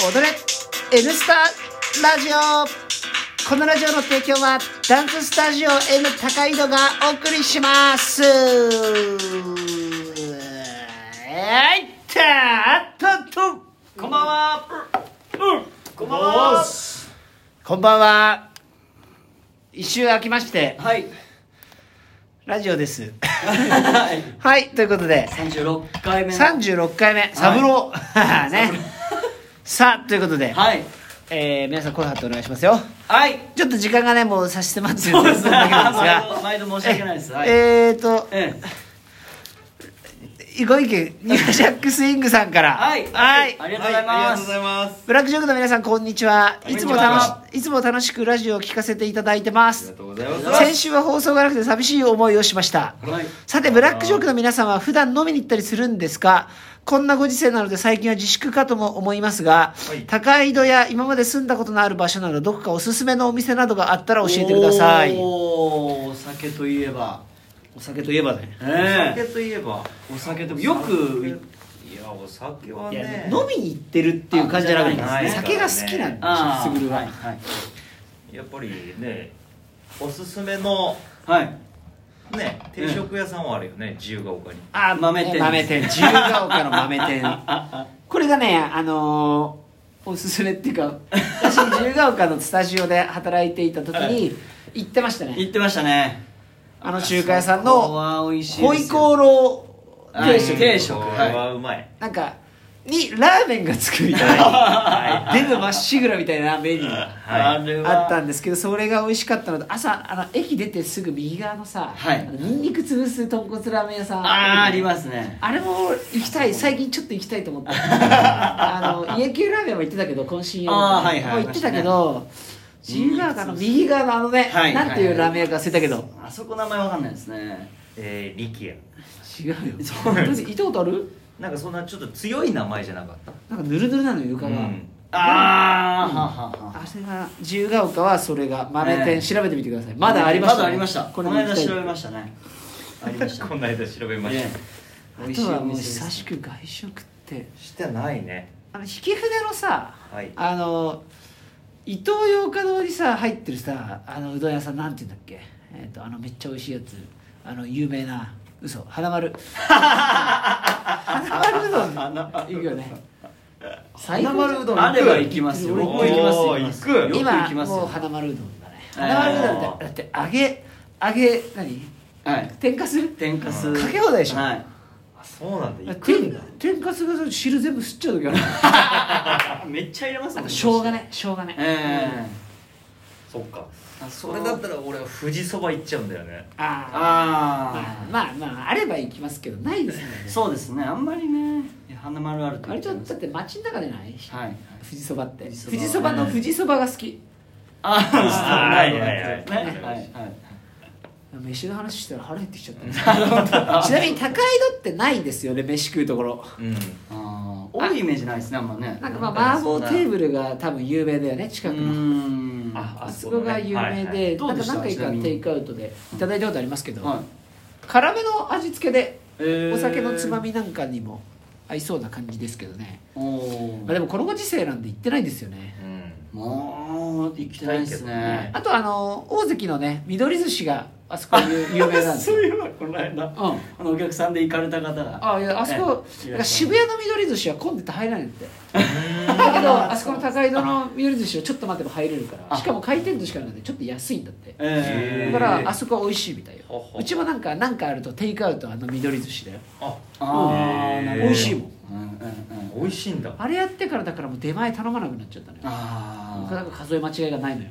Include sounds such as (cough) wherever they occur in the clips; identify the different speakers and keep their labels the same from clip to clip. Speaker 1: 踊れ N スタラジオこのラジオの提供はダンススタジオ N 高井戸がお送りしますえいったっとっと
Speaker 2: こんばんは。こんばん
Speaker 1: おっ
Speaker 2: は。
Speaker 1: すこんばんは一周空きまして
Speaker 2: はい。
Speaker 1: ラジオですはいということで
Speaker 2: 三十六回目の。
Speaker 1: 36回目サブロ
Speaker 2: (laughs)
Speaker 1: ーね
Speaker 2: サブロー
Speaker 1: さあということで、
Speaker 2: はい。
Speaker 1: えー皆さん声張ってお願いしますよ
Speaker 2: はい。
Speaker 1: ちょっと時間がねもう差し迫ってる
Speaker 2: そ
Speaker 1: (laughs)
Speaker 2: うですね
Speaker 1: だけなんですが
Speaker 2: 毎度毎度申し訳ないです
Speaker 1: え
Speaker 2: はい
Speaker 1: えーと
Speaker 2: え
Speaker 1: ご意見ニュージャックスイングさんから
Speaker 2: はい
Speaker 1: はい
Speaker 2: ありがとうございます
Speaker 3: はいありがとうございます
Speaker 1: ブラックジョークの皆さんこんにちは
Speaker 2: こん
Speaker 1: い
Speaker 2: に
Speaker 1: つ
Speaker 2: ち
Speaker 1: も
Speaker 2: は
Speaker 1: 楽しいつも楽しくラジオを聞かせていただいてま
Speaker 3: ありが
Speaker 1: す
Speaker 3: とうございま
Speaker 2: ありがと
Speaker 3: す
Speaker 2: うございま
Speaker 1: 先週は放送がなくて寂しい思いをしました
Speaker 2: えはい。
Speaker 1: さてブラックジョークの皆さんは普段飲みに行ったりするんですかこんなご時世なので最近は自粛かとも思いますが、
Speaker 3: はい
Speaker 1: 高井戸や今まで住んだことのある場所などどこかおすすめのお店などがあったら教えてください
Speaker 2: おーお酒といえば。
Speaker 1: お酒といえばね
Speaker 2: え
Speaker 3: お
Speaker 2: え
Speaker 3: 酒といえば
Speaker 2: お酒とよく。
Speaker 3: いやお酒はい
Speaker 1: や
Speaker 3: ね
Speaker 1: 飲みに行ってるっていう感じじゃなくて
Speaker 2: あじゃない
Speaker 1: 酒が好きなん
Speaker 2: あ
Speaker 1: です
Speaker 2: ー
Speaker 1: よ卓は
Speaker 2: はいはい
Speaker 3: やっぱりねおすすめの
Speaker 2: はい。
Speaker 3: ね定食屋さんはあるよね自由が丘に
Speaker 1: あー
Speaker 2: 豆店
Speaker 1: 豆店自由が丘の豆店
Speaker 2: あ
Speaker 1: (laughs) これがねあのーおすすめっていうか私自由が丘のスタジオで働いていた時に行ってました
Speaker 2: あ
Speaker 1: ね
Speaker 2: 言ってましたね。
Speaker 1: あの中華屋さん
Speaker 2: そこ
Speaker 1: の
Speaker 2: は美味しい
Speaker 1: ホ
Speaker 2: で
Speaker 1: イ
Speaker 2: す
Speaker 1: コー
Speaker 2: よ。
Speaker 1: ロー定
Speaker 2: はい
Speaker 1: 食
Speaker 2: 定食
Speaker 3: こ
Speaker 2: はい
Speaker 3: れはうまい
Speaker 1: なんかにラーメンがつくみたいな
Speaker 3: はい
Speaker 1: デブまっしぐらみたいなメニューが
Speaker 3: はい
Speaker 2: あれは
Speaker 1: あったんですけどそれが美味しかったのと朝あの駅出てすぐ右側のさ、
Speaker 2: はい
Speaker 1: あのニンニク潰す豚骨ラーメン屋さん
Speaker 2: あーあり
Speaker 1: す
Speaker 2: ますね。
Speaker 1: あれも行きたい最近ちょっと行きたいと思って
Speaker 2: (laughs)
Speaker 1: あの家系ラーメンも行ってたけど懇親用の
Speaker 2: あーはいは
Speaker 1: も
Speaker 2: い
Speaker 1: う行ってたけど自由が丘の右側のあのね、
Speaker 2: はい
Speaker 1: なんていうラーメン屋か忘れたけど、
Speaker 2: あそこ名前わかんないですね。
Speaker 3: えー、力也
Speaker 1: 違うよ (laughs)
Speaker 2: そう
Speaker 1: 本当に行ったことある
Speaker 3: なんかそんなちょっと強い名前じゃなかった
Speaker 1: なんかぬるぬるなのよ床が、
Speaker 3: うん
Speaker 2: ああ、
Speaker 1: うん
Speaker 2: ははは
Speaker 1: あれが自由が丘はそれが豆店、
Speaker 2: ええ
Speaker 1: 調べてみてくださいまだありました、
Speaker 2: まだありましたこ
Speaker 1: これ
Speaker 2: の
Speaker 1: も行
Speaker 2: 間
Speaker 1: きたい
Speaker 2: 調べましたねありました
Speaker 3: (laughs) この間調べまし
Speaker 2: ね
Speaker 1: あとはもう久しく外食って
Speaker 3: たしてないね
Speaker 1: あの引き筆のさ
Speaker 3: はい
Speaker 1: あの伊東洋華堂にさ入ってるさあのうどん屋さんなんて言うんだっけえっ、とあのめっちゃ美味しいやつあの有名な嘘花丸花丸うどん行くよね最高
Speaker 2: 花丸うどんあれば行きますよ
Speaker 1: 俺
Speaker 2: 僕も行きますよ
Speaker 3: おー
Speaker 2: ます
Speaker 3: 行く
Speaker 2: よく行
Speaker 1: 今
Speaker 2: きます
Speaker 1: もう
Speaker 2: よ
Speaker 1: 花丸うどんだね
Speaker 2: えー
Speaker 1: 花丸うどんだってだって揚げ揚げ何
Speaker 2: はい
Speaker 1: 天かす
Speaker 2: 天かす
Speaker 1: かけ放題でしょ
Speaker 2: はい
Speaker 3: あそうなんだ行くん
Speaker 1: 天
Speaker 3: だ
Speaker 1: 天かすがさ汁全部吸っちゃう
Speaker 2: (laughs)
Speaker 1: 時ある
Speaker 2: めっちゃ入れます
Speaker 1: あ
Speaker 2: もん
Speaker 1: と生姜ね生姜ね、
Speaker 2: え
Speaker 3: そっか
Speaker 2: え
Speaker 3: それだったら俺は富士そば行っちゃうんだよね
Speaker 1: ああ
Speaker 2: あ
Speaker 1: まあまあまああれば行きますけどないですもんね
Speaker 2: あそうですねあんまりね花丸あると
Speaker 1: 割とだって街の中でない
Speaker 2: はいはい
Speaker 1: 富士そばって
Speaker 2: 富士そば
Speaker 1: 富士そばの富士そばが好き
Speaker 2: ああ
Speaker 3: はいはいはい
Speaker 2: ねはいはい
Speaker 1: 飯の話したら腹減ってきちゃったちなみに高井戸ってないですよね飯食うところ
Speaker 3: うん
Speaker 2: ああ多いイメージないですねあんまね
Speaker 1: なんかまあ麻婆テーブルが多分有名だよね
Speaker 2: う
Speaker 1: 近くの
Speaker 2: ーん
Speaker 3: あ
Speaker 1: あそこが有名
Speaker 3: はいは
Speaker 1: で
Speaker 2: ど
Speaker 1: な
Speaker 2: うん
Speaker 1: か
Speaker 2: でした
Speaker 1: 何回
Speaker 2: ちな
Speaker 1: か
Speaker 2: みに
Speaker 1: テイクアウトでいただいたことありますけど
Speaker 2: はい
Speaker 1: 辛めの味付けで
Speaker 2: えー
Speaker 1: お酒のつまみなんかにも合いそうな感じですけどね
Speaker 2: おお
Speaker 1: まあでもこのご時世なんで行ってないんですよね
Speaker 3: うん
Speaker 2: もう行きたいですね
Speaker 1: あとあの大関のね緑寿司があそこ有有名なんです
Speaker 2: そ
Speaker 1: よ
Speaker 2: ういえばこの間
Speaker 1: うん
Speaker 2: あのお客さんで行かれた方が
Speaker 1: あいやあそこ
Speaker 2: ええ
Speaker 1: なんか渋谷の緑寿司は混んでて入らないんだって
Speaker 3: うん
Speaker 1: だけどあそこの高井戸の緑寿司はちょっと待てば入れるから
Speaker 2: あ
Speaker 1: しかも回転寿司からなんでちょっと安いんだって
Speaker 2: え
Speaker 1: だ
Speaker 2: え
Speaker 1: からあそこは美味しいみたいよ
Speaker 3: ほほ
Speaker 1: うちもなんかなんかあるとテイクアウトはあの緑寿司だよ
Speaker 3: あ
Speaker 2: あー
Speaker 3: へー
Speaker 1: 美味しいもん
Speaker 2: うんうんうん
Speaker 3: 美味しいんだ
Speaker 1: あれやってからだからもう出前頼まなくなっちゃったのよなかな
Speaker 2: あ
Speaker 1: か数え間違いがないのよ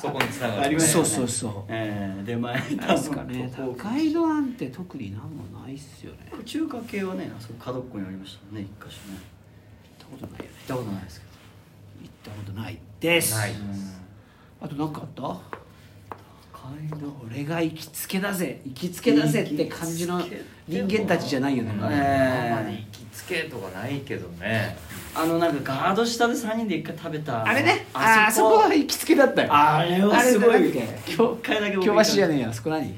Speaker 3: そこにつながる
Speaker 2: ありました
Speaker 1: そうそ
Speaker 2: ね
Speaker 1: う (laughs) そう
Speaker 2: ええ出前
Speaker 1: なん
Speaker 2: です
Speaker 1: かね高井戸なんて特になんもないっすよね
Speaker 2: 中華系はねあそこ角っこにありましたもんね一箇所ね
Speaker 1: 行ったことないよね
Speaker 2: 行ったことないですけど
Speaker 1: 行ったことないです
Speaker 3: ない
Speaker 1: あと何かあった
Speaker 2: 高井戸
Speaker 1: 俺が行きつけだぜ行きつけだぜって感じの人間たちじゃないよね、
Speaker 3: うん
Speaker 1: ま
Speaker 3: あ
Speaker 1: だ
Speaker 2: ね
Speaker 3: んまり行きつけとかないけどね
Speaker 2: あのなんかガード下で三人で一回食べた
Speaker 1: あれねあそこは行きつけだったよ
Speaker 2: あれはすご
Speaker 1: あれ
Speaker 2: い
Speaker 1: なんだっけ
Speaker 2: 教会だけ
Speaker 1: 京橋じゃ
Speaker 2: ね
Speaker 1: ねえよあそこ何
Speaker 2: しい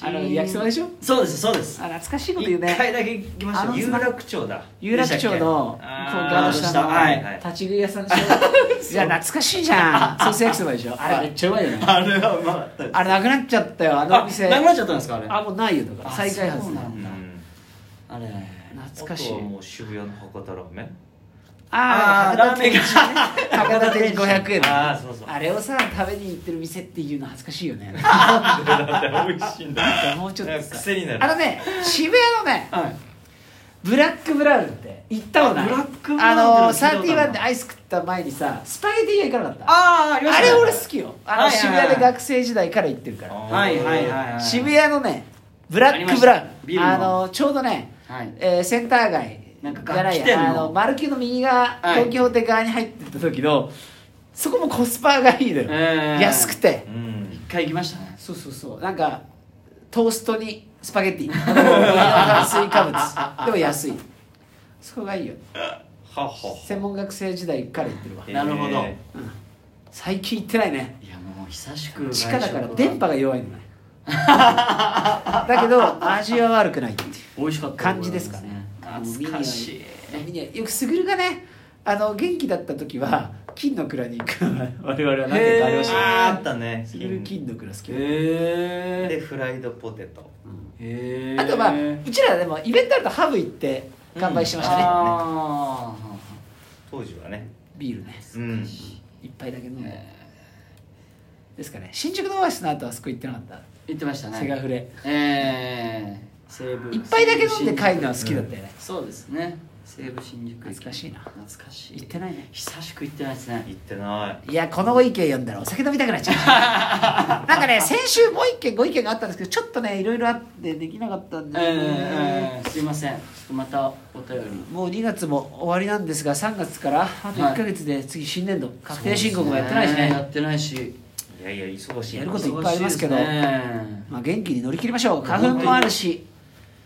Speaker 1: あの焼きそばでしょ
Speaker 2: そうですそうです
Speaker 1: あ懐かしいこと言う
Speaker 3: 一
Speaker 1: ね
Speaker 3: 回だけ行きまし
Speaker 1: あ
Speaker 3: た
Speaker 1: の
Speaker 3: 有楽町だ
Speaker 1: 有楽町のこう側の下の
Speaker 2: はい
Speaker 3: はい
Speaker 1: 立ち食い屋さん
Speaker 2: (laughs)
Speaker 1: でしょいや懐かしいじゃんソース焼きそばでしょあれめっちゃうまいよね
Speaker 2: あれはうまかったです
Speaker 1: あれなくなっちゃったよあのお店
Speaker 2: あなくなっちゃったんですかあれ
Speaker 1: あもうないよだから
Speaker 2: あ
Speaker 1: 再開発
Speaker 2: そう
Speaker 1: ね
Speaker 2: なん
Speaker 3: う
Speaker 2: だ
Speaker 3: ん
Speaker 2: あれ
Speaker 1: 懐かしい
Speaker 3: あとはもう渋谷の博多ラーメン
Speaker 1: ああ
Speaker 2: あーラーメンが
Speaker 1: 博多店500円
Speaker 3: あーそうそう
Speaker 1: あれをさ食べに行ってる店っていうの恥ずかしいよ
Speaker 2: (laughs)
Speaker 1: ね
Speaker 3: だって美味しいん (laughs) だ
Speaker 1: もうちょっとさ
Speaker 3: 癖になる
Speaker 1: あのね渋谷のね
Speaker 2: はい
Speaker 1: ブラックブラウンって行ったことない
Speaker 2: あブラックブラウン
Speaker 1: あの
Speaker 2: っての
Speaker 1: サ
Speaker 2: は
Speaker 1: ー
Speaker 2: 聞
Speaker 1: テ
Speaker 2: い
Speaker 1: ィ
Speaker 2: た
Speaker 1: ワ
Speaker 2: ことある
Speaker 1: ンでアイス食った前にさスパゲティ屋行かなかった
Speaker 2: ああありました
Speaker 1: あ
Speaker 2: ね
Speaker 1: れ俺好きよあ
Speaker 2: は
Speaker 1: の
Speaker 2: いはい
Speaker 1: 渋谷で学生時代から行ってるから
Speaker 3: あ
Speaker 2: はいはいはいはい
Speaker 1: 渋谷のねブラックブラ
Speaker 2: ありました
Speaker 1: ウ
Speaker 2: ビ
Speaker 1: ン
Speaker 2: ルの
Speaker 1: あのちょうどね、
Speaker 2: はい
Speaker 1: えーセンター街
Speaker 2: なんか
Speaker 1: じゃない
Speaker 2: 楽器店
Speaker 1: やあ
Speaker 2: の
Speaker 1: のマルキューの右側
Speaker 2: はい
Speaker 1: 東京で側に入ってった時のそこもコスパがいいのよ、
Speaker 2: えー
Speaker 1: 安くて
Speaker 3: うん
Speaker 2: 一回行きましたね
Speaker 1: そうそうそうなんかトーストにスパゲッティあの上の炭水化物でも安いそこがいいよ
Speaker 3: はっは
Speaker 1: 専門学生時代から行ってるわ
Speaker 2: えなるほど
Speaker 3: え
Speaker 1: 最近行ってないね
Speaker 2: いやもう久しく
Speaker 1: 地下だから
Speaker 2: 外食は
Speaker 1: 電波が弱いのねだけど味は悪くないっていう
Speaker 2: 美味しかった
Speaker 1: 感じですかね
Speaker 2: 懐かしい
Speaker 1: ミニはよくすぐるがねあの元気だった時は金の蔵に行く我々は何回かありまし
Speaker 3: ー
Speaker 1: たね
Speaker 3: あーあったね
Speaker 1: すぐる金の蔵好き、
Speaker 3: で
Speaker 2: へ
Speaker 3: フライドポテト
Speaker 2: え
Speaker 1: あとまあうちらでもイベントあるとハブ行って乾杯してましたね、
Speaker 2: あ
Speaker 3: 当時はね
Speaker 1: ビールね
Speaker 3: うん
Speaker 1: 一杯だけ飲ん
Speaker 2: ー
Speaker 1: で、
Speaker 2: え
Speaker 1: ですかね新宿のオアシスの後あそこ行ってなかった
Speaker 2: ー言ってましたね
Speaker 1: セガフレ
Speaker 2: ええ西武
Speaker 1: 一杯だけ飲んで帰るのは好きだったよね、
Speaker 2: そうですね西武新宿駅
Speaker 1: 懐かしいな
Speaker 2: 懐かしい
Speaker 1: 行ってないね
Speaker 2: 久しく行ってないですね
Speaker 3: 行ってない
Speaker 1: いやこのご意見読んだらお酒飲みたくなっちゃ
Speaker 2: (laughs)
Speaker 1: うなんかね先週もう一件ご意見があったんですけどちょっとねいろいろあってできなかったんで、
Speaker 2: えー、すいませんちょっとまたお便り
Speaker 1: もう2月も終わりなんですが3月からあと1か月で次新年度、確定申告もやってないしね
Speaker 2: そうですやってないし
Speaker 3: いやいや忙しいな
Speaker 1: やることいっぱいありますけど
Speaker 2: 忙しいですね
Speaker 1: まあ、元気に乗り切りましょう花粉もあるし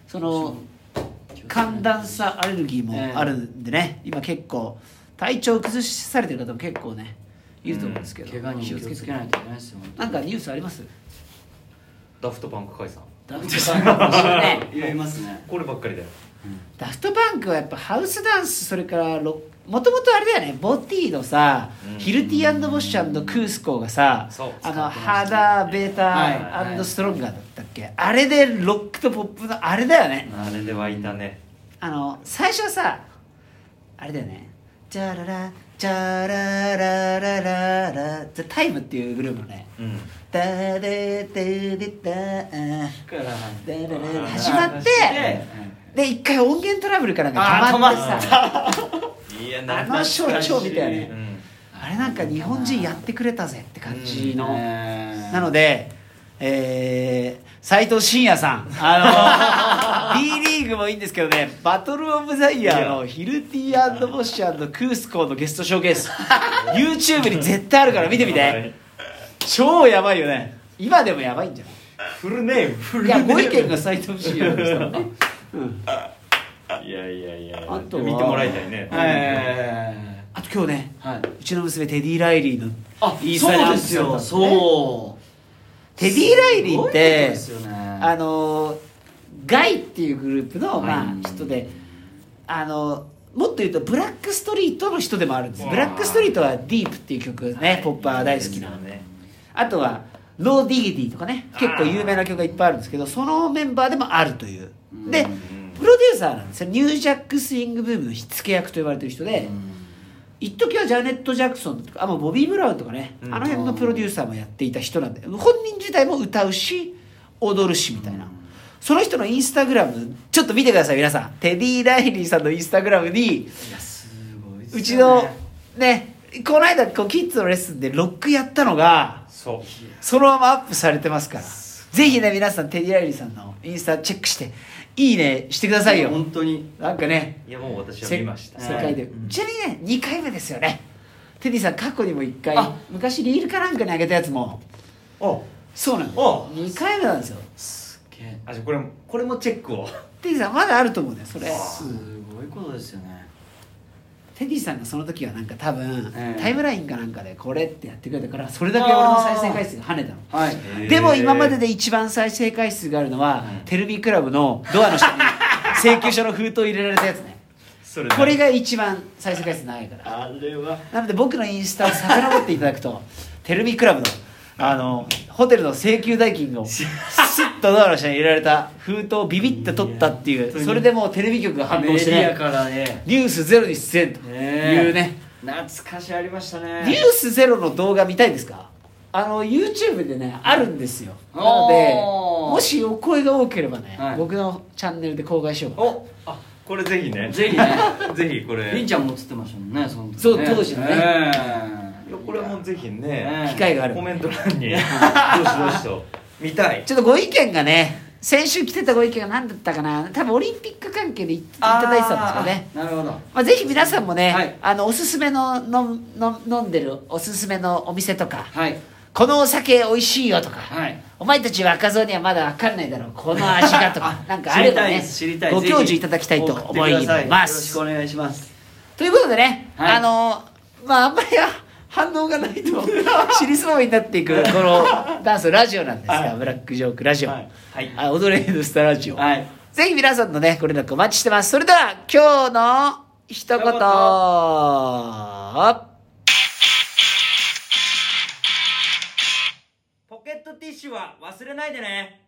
Speaker 1: その寒暖差アレルギーもあるんでね、今結構体調崩されてる方も結構ねいると思うんですけど、
Speaker 2: 怪我に気をつけないといけないですよ本当
Speaker 1: な
Speaker 2: に
Speaker 1: んかニュースあります
Speaker 3: ダフトパンク解散
Speaker 1: ダフトパンク (laughs) ね
Speaker 2: いやいますね
Speaker 3: こればっかりだよ
Speaker 1: ダフトパンクはやっぱハウスダンスそれからロもともとあれだよねボティのさ、
Speaker 3: うん
Speaker 1: ヒルティボッシュクースコーがさ
Speaker 3: そう
Speaker 1: あ
Speaker 2: 使
Speaker 1: の
Speaker 2: ってま
Speaker 1: ハ
Speaker 2: し
Speaker 1: ー
Speaker 2: た
Speaker 1: ダーベー
Speaker 2: はいは
Speaker 1: タ
Speaker 2: い
Speaker 1: ストロンガーだったっけ、あれでロックとポップのあれだよね
Speaker 3: あれで湧いたね
Speaker 1: あの最初さあれだよね「チャララチャラララララ」「ザ・タイムっていうグループのね
Speaker 3: うん
Speaker 1: 「ダデデデダー
Speaker 2: か
Speaker 1: ダ
Speaker 2: ら
Speaker 1: ララ
Speaker 3: あー
Speaker 1: 始まってで一回音源トラブルかなん
Speaker 2: あ
Speaker 1: か
Speaker 2: ー
Speaker 1: 止まってさ
Speaker 3: いや
Speaker 1: あのショーショーみたいな
Speaker 3: ね
Speaker 1: あれなんか日本人やってくれたぜって感じの、な
Speaker 2: な
Speaker 1: の
Speaker 2: で
Speaker 1: でえー、斉藤慎也さん (laughs) あの B リーグもいいんですけどねバトル・オブ・ザ・イヤーのヒルティーボッシュクースコーのゲストショーケ (laughs) ース YouTube に絶対あるから見てみて超やばいよね今でもやばいんじゃない
Speaker 3: フルネーム
Speaker 1: (laughs)
Speaker 3: フ
Speaker 1: いやご意見が斉藤慎也でしたもんね、 (laughs) うん、
Speaker 3: いやいやいや
Speaker 1: あとは
Speaker 3: 見てもらいたいね
Speaker 2: え
Speaker 1: あと今日ね
Speaker 2: ー、はいう
Speaker 1: ちの娘テディ・ライリーの
Speaker 2: あ
Speaker 1: イーサ
Speaker 2: そう
Speaker 1: ラン
Speaker 2: で
Speaker 1: ス
Speaker 2: す
Speaker 1: だったん
Speaker 2: よ
Speaker 1: ね
Speaker 2: そう
Speaker 1: テディ・ライリーって
Speaker 2: すごいことですよね
Speaker 1: あのガイっていうグループの、ま
Speaker 2: うん
Speaker 1: あ、人であのもっと言うとブラックストリートの人でもあるんです
Speaker 3: うわ
Speaker 1: ブラックストリートは「ディープっていう曲ね、ポッパー大好きなあとは「ロー・ディギティ」とかね結構有名な曲がいっぱいあるんですけどそのメンバーでもあるという
Speaker 2: うん
Speaker 1: で
Speaker 2: うん
Speaker 1: プロデューサーなんですよニュージャックスイングブームの火付け役と呼ばれてる人で一時はジャネット・ジャクソンとかあもうボビー・ブラウンとかね、
Speaker 3: うん
Speaker 1: あの辺のプロデューサーもやっていた人なんで本人自体も歌うし踊るしみたいな、
Speaker 2: うん
Speaker 1: その人のインスタグラムちょっと見てください皆さんテディ・ライリーさんのインスタグラムに
Speaker 2: いやすごいっすよね
Speaker 1: うちのねこの間こうキッズのレッスンでロックやったのが
Speaker 3: そう
Speaker 1: そのままアップされてますからぜひね皆さんテディ・ライリーさんのインスタチェックしていいねしてくださいよ
Speaker 2: 本当に
Speaker 1: なんかね
Speaker 3: いやもう私は
Speaker 1: せ
Speaker 3: 見ました
Speaker 1: 世界で、
Speaker 2: はいうん
Speaker 1: ちなみにね2回目ですよねテディさん過去にも1回
Speaker 2: あ
Speaker 1: 昔リールかなんかにあげたやつも
Speaker 3: あ
Speaker 1: そうなんです
Speaker 3: あ
Speaker 1: 2回目なんですよ
Speaker 2: すげえ
Speaker 3: あじゃあこれも
Speaker 1: (laughs)
Speaker 3: これもチェックを
Speaker 1: テディさんまだあると思うねそれ
Speaker 2: すごいことですよね
Speaker 1: テディさんがその時はなんか多分、
Speaker 2: ええ
Speaker 1: タイムラインかなんかでこれってやってくれたからそれだけ俺の再生回数が跳ねたの
Speaker 2: はい
Speaker 3: へえ
Speaker 1: でも今までで一番再生回数があるのは、テレビクラブのドアの下に請求書の封筒入れられたやつ
Speaker 2: (laughs)
Speaker 1: ね
Speaker 3: それ
Speaker 1: これが一番再生回数長いから
Speaker 3: あれは
Speaker 1: なので僕のインスタを遡っていただくとテレビクラブのあのホテルの請求代金をスッとドアの下に入れられた封筒をビビって取ったっていうそれでもうテレビ局が反応して
Speaker 2: メディ
Speaker 1: ね
Speaker 2: アからね
Speaker 1: ニュースゼロに出演というね
Speaker 2: 懐かしいありましたね
Speaker 1: ニュースゼロの動画見たいですかあの YouTube でねあるんですよなので
Speaker 2: おー
Speaker 1: もしお声が多ければね、
Speaker 2: はい
Speaker 1: 僕のチャンネルで公開しようかな
Speaker 3: おあこれぜひね
Speaker 2: ぜひね
Speaker 3: ぜひこれ
Speaker 2: りん
Speaker 3: い
Speaker 2: ちゃんも映ってましたもんねその時ね
Speaker 1: そう当時のね
Speaker 2: ええ
Speaker 3: やこれもぜひ
Speaker 2: ね
Speaker 3: ね
Speaker 1: 機会がある
Speaker 3: コメント欄
Speaker 1: (laughs)
Speaker 3: にどしどしと見たい
Speaker 1: ちょっとご意見がね先週来てたご意見が何だったかな多分オリンピック関係でいいただいてたんですよね
Speaker 2: あーなるほど
Speaker 1: まあ、ぜひ皆さんもね、
Speaker 2: はい
Speaker 1: あのおすすめののの飲んでるおすすめのお店とか、
Speaker 2: はい
Speaker 1: このお酒美味しいよとか、
Speaker 2: はい
Speaker 1: お前たち若造にはまだ分かんないだろうこの味がと
Speaker 2: (laughs)
Speaker 1: かなんかあればね
Speaker 2: 知りたいで
Speaker 1: ご
Speaker 2: す知りた
Speaker 1: 教
Speaker 2: い
Speaker 1: 授いただきたいと
Speaker 2: ぜひ
Speaker 1: 思
Speaker 2: 送って
Speaker 1: い
Speaker 2: くださ
Speaker 1: ま
Speaker 2: よろし
Speaker 1: す
Speaker 2: くお願いします
Speaker 1: ということでね、
Speaker 2: はい
Speaker 1: あのまああんまり反応がないと
Speaker 2: (laughs)
Speaker 1: 尻すぼみになっていくこのダンスラジオなんですが、
Speaker 2: はい
Speaker 1: ブラックジョークラジオ、
Speaker 2: はいはい
Speaker 1: あ踊れるスターラジオ、
Speaker 2: はい
Speaker 1: ぜひ皆さんのね、ご連絡お待ちしてます。それでは、今日の一言。
Speaker 3: ポケットティッシュは忘れないでね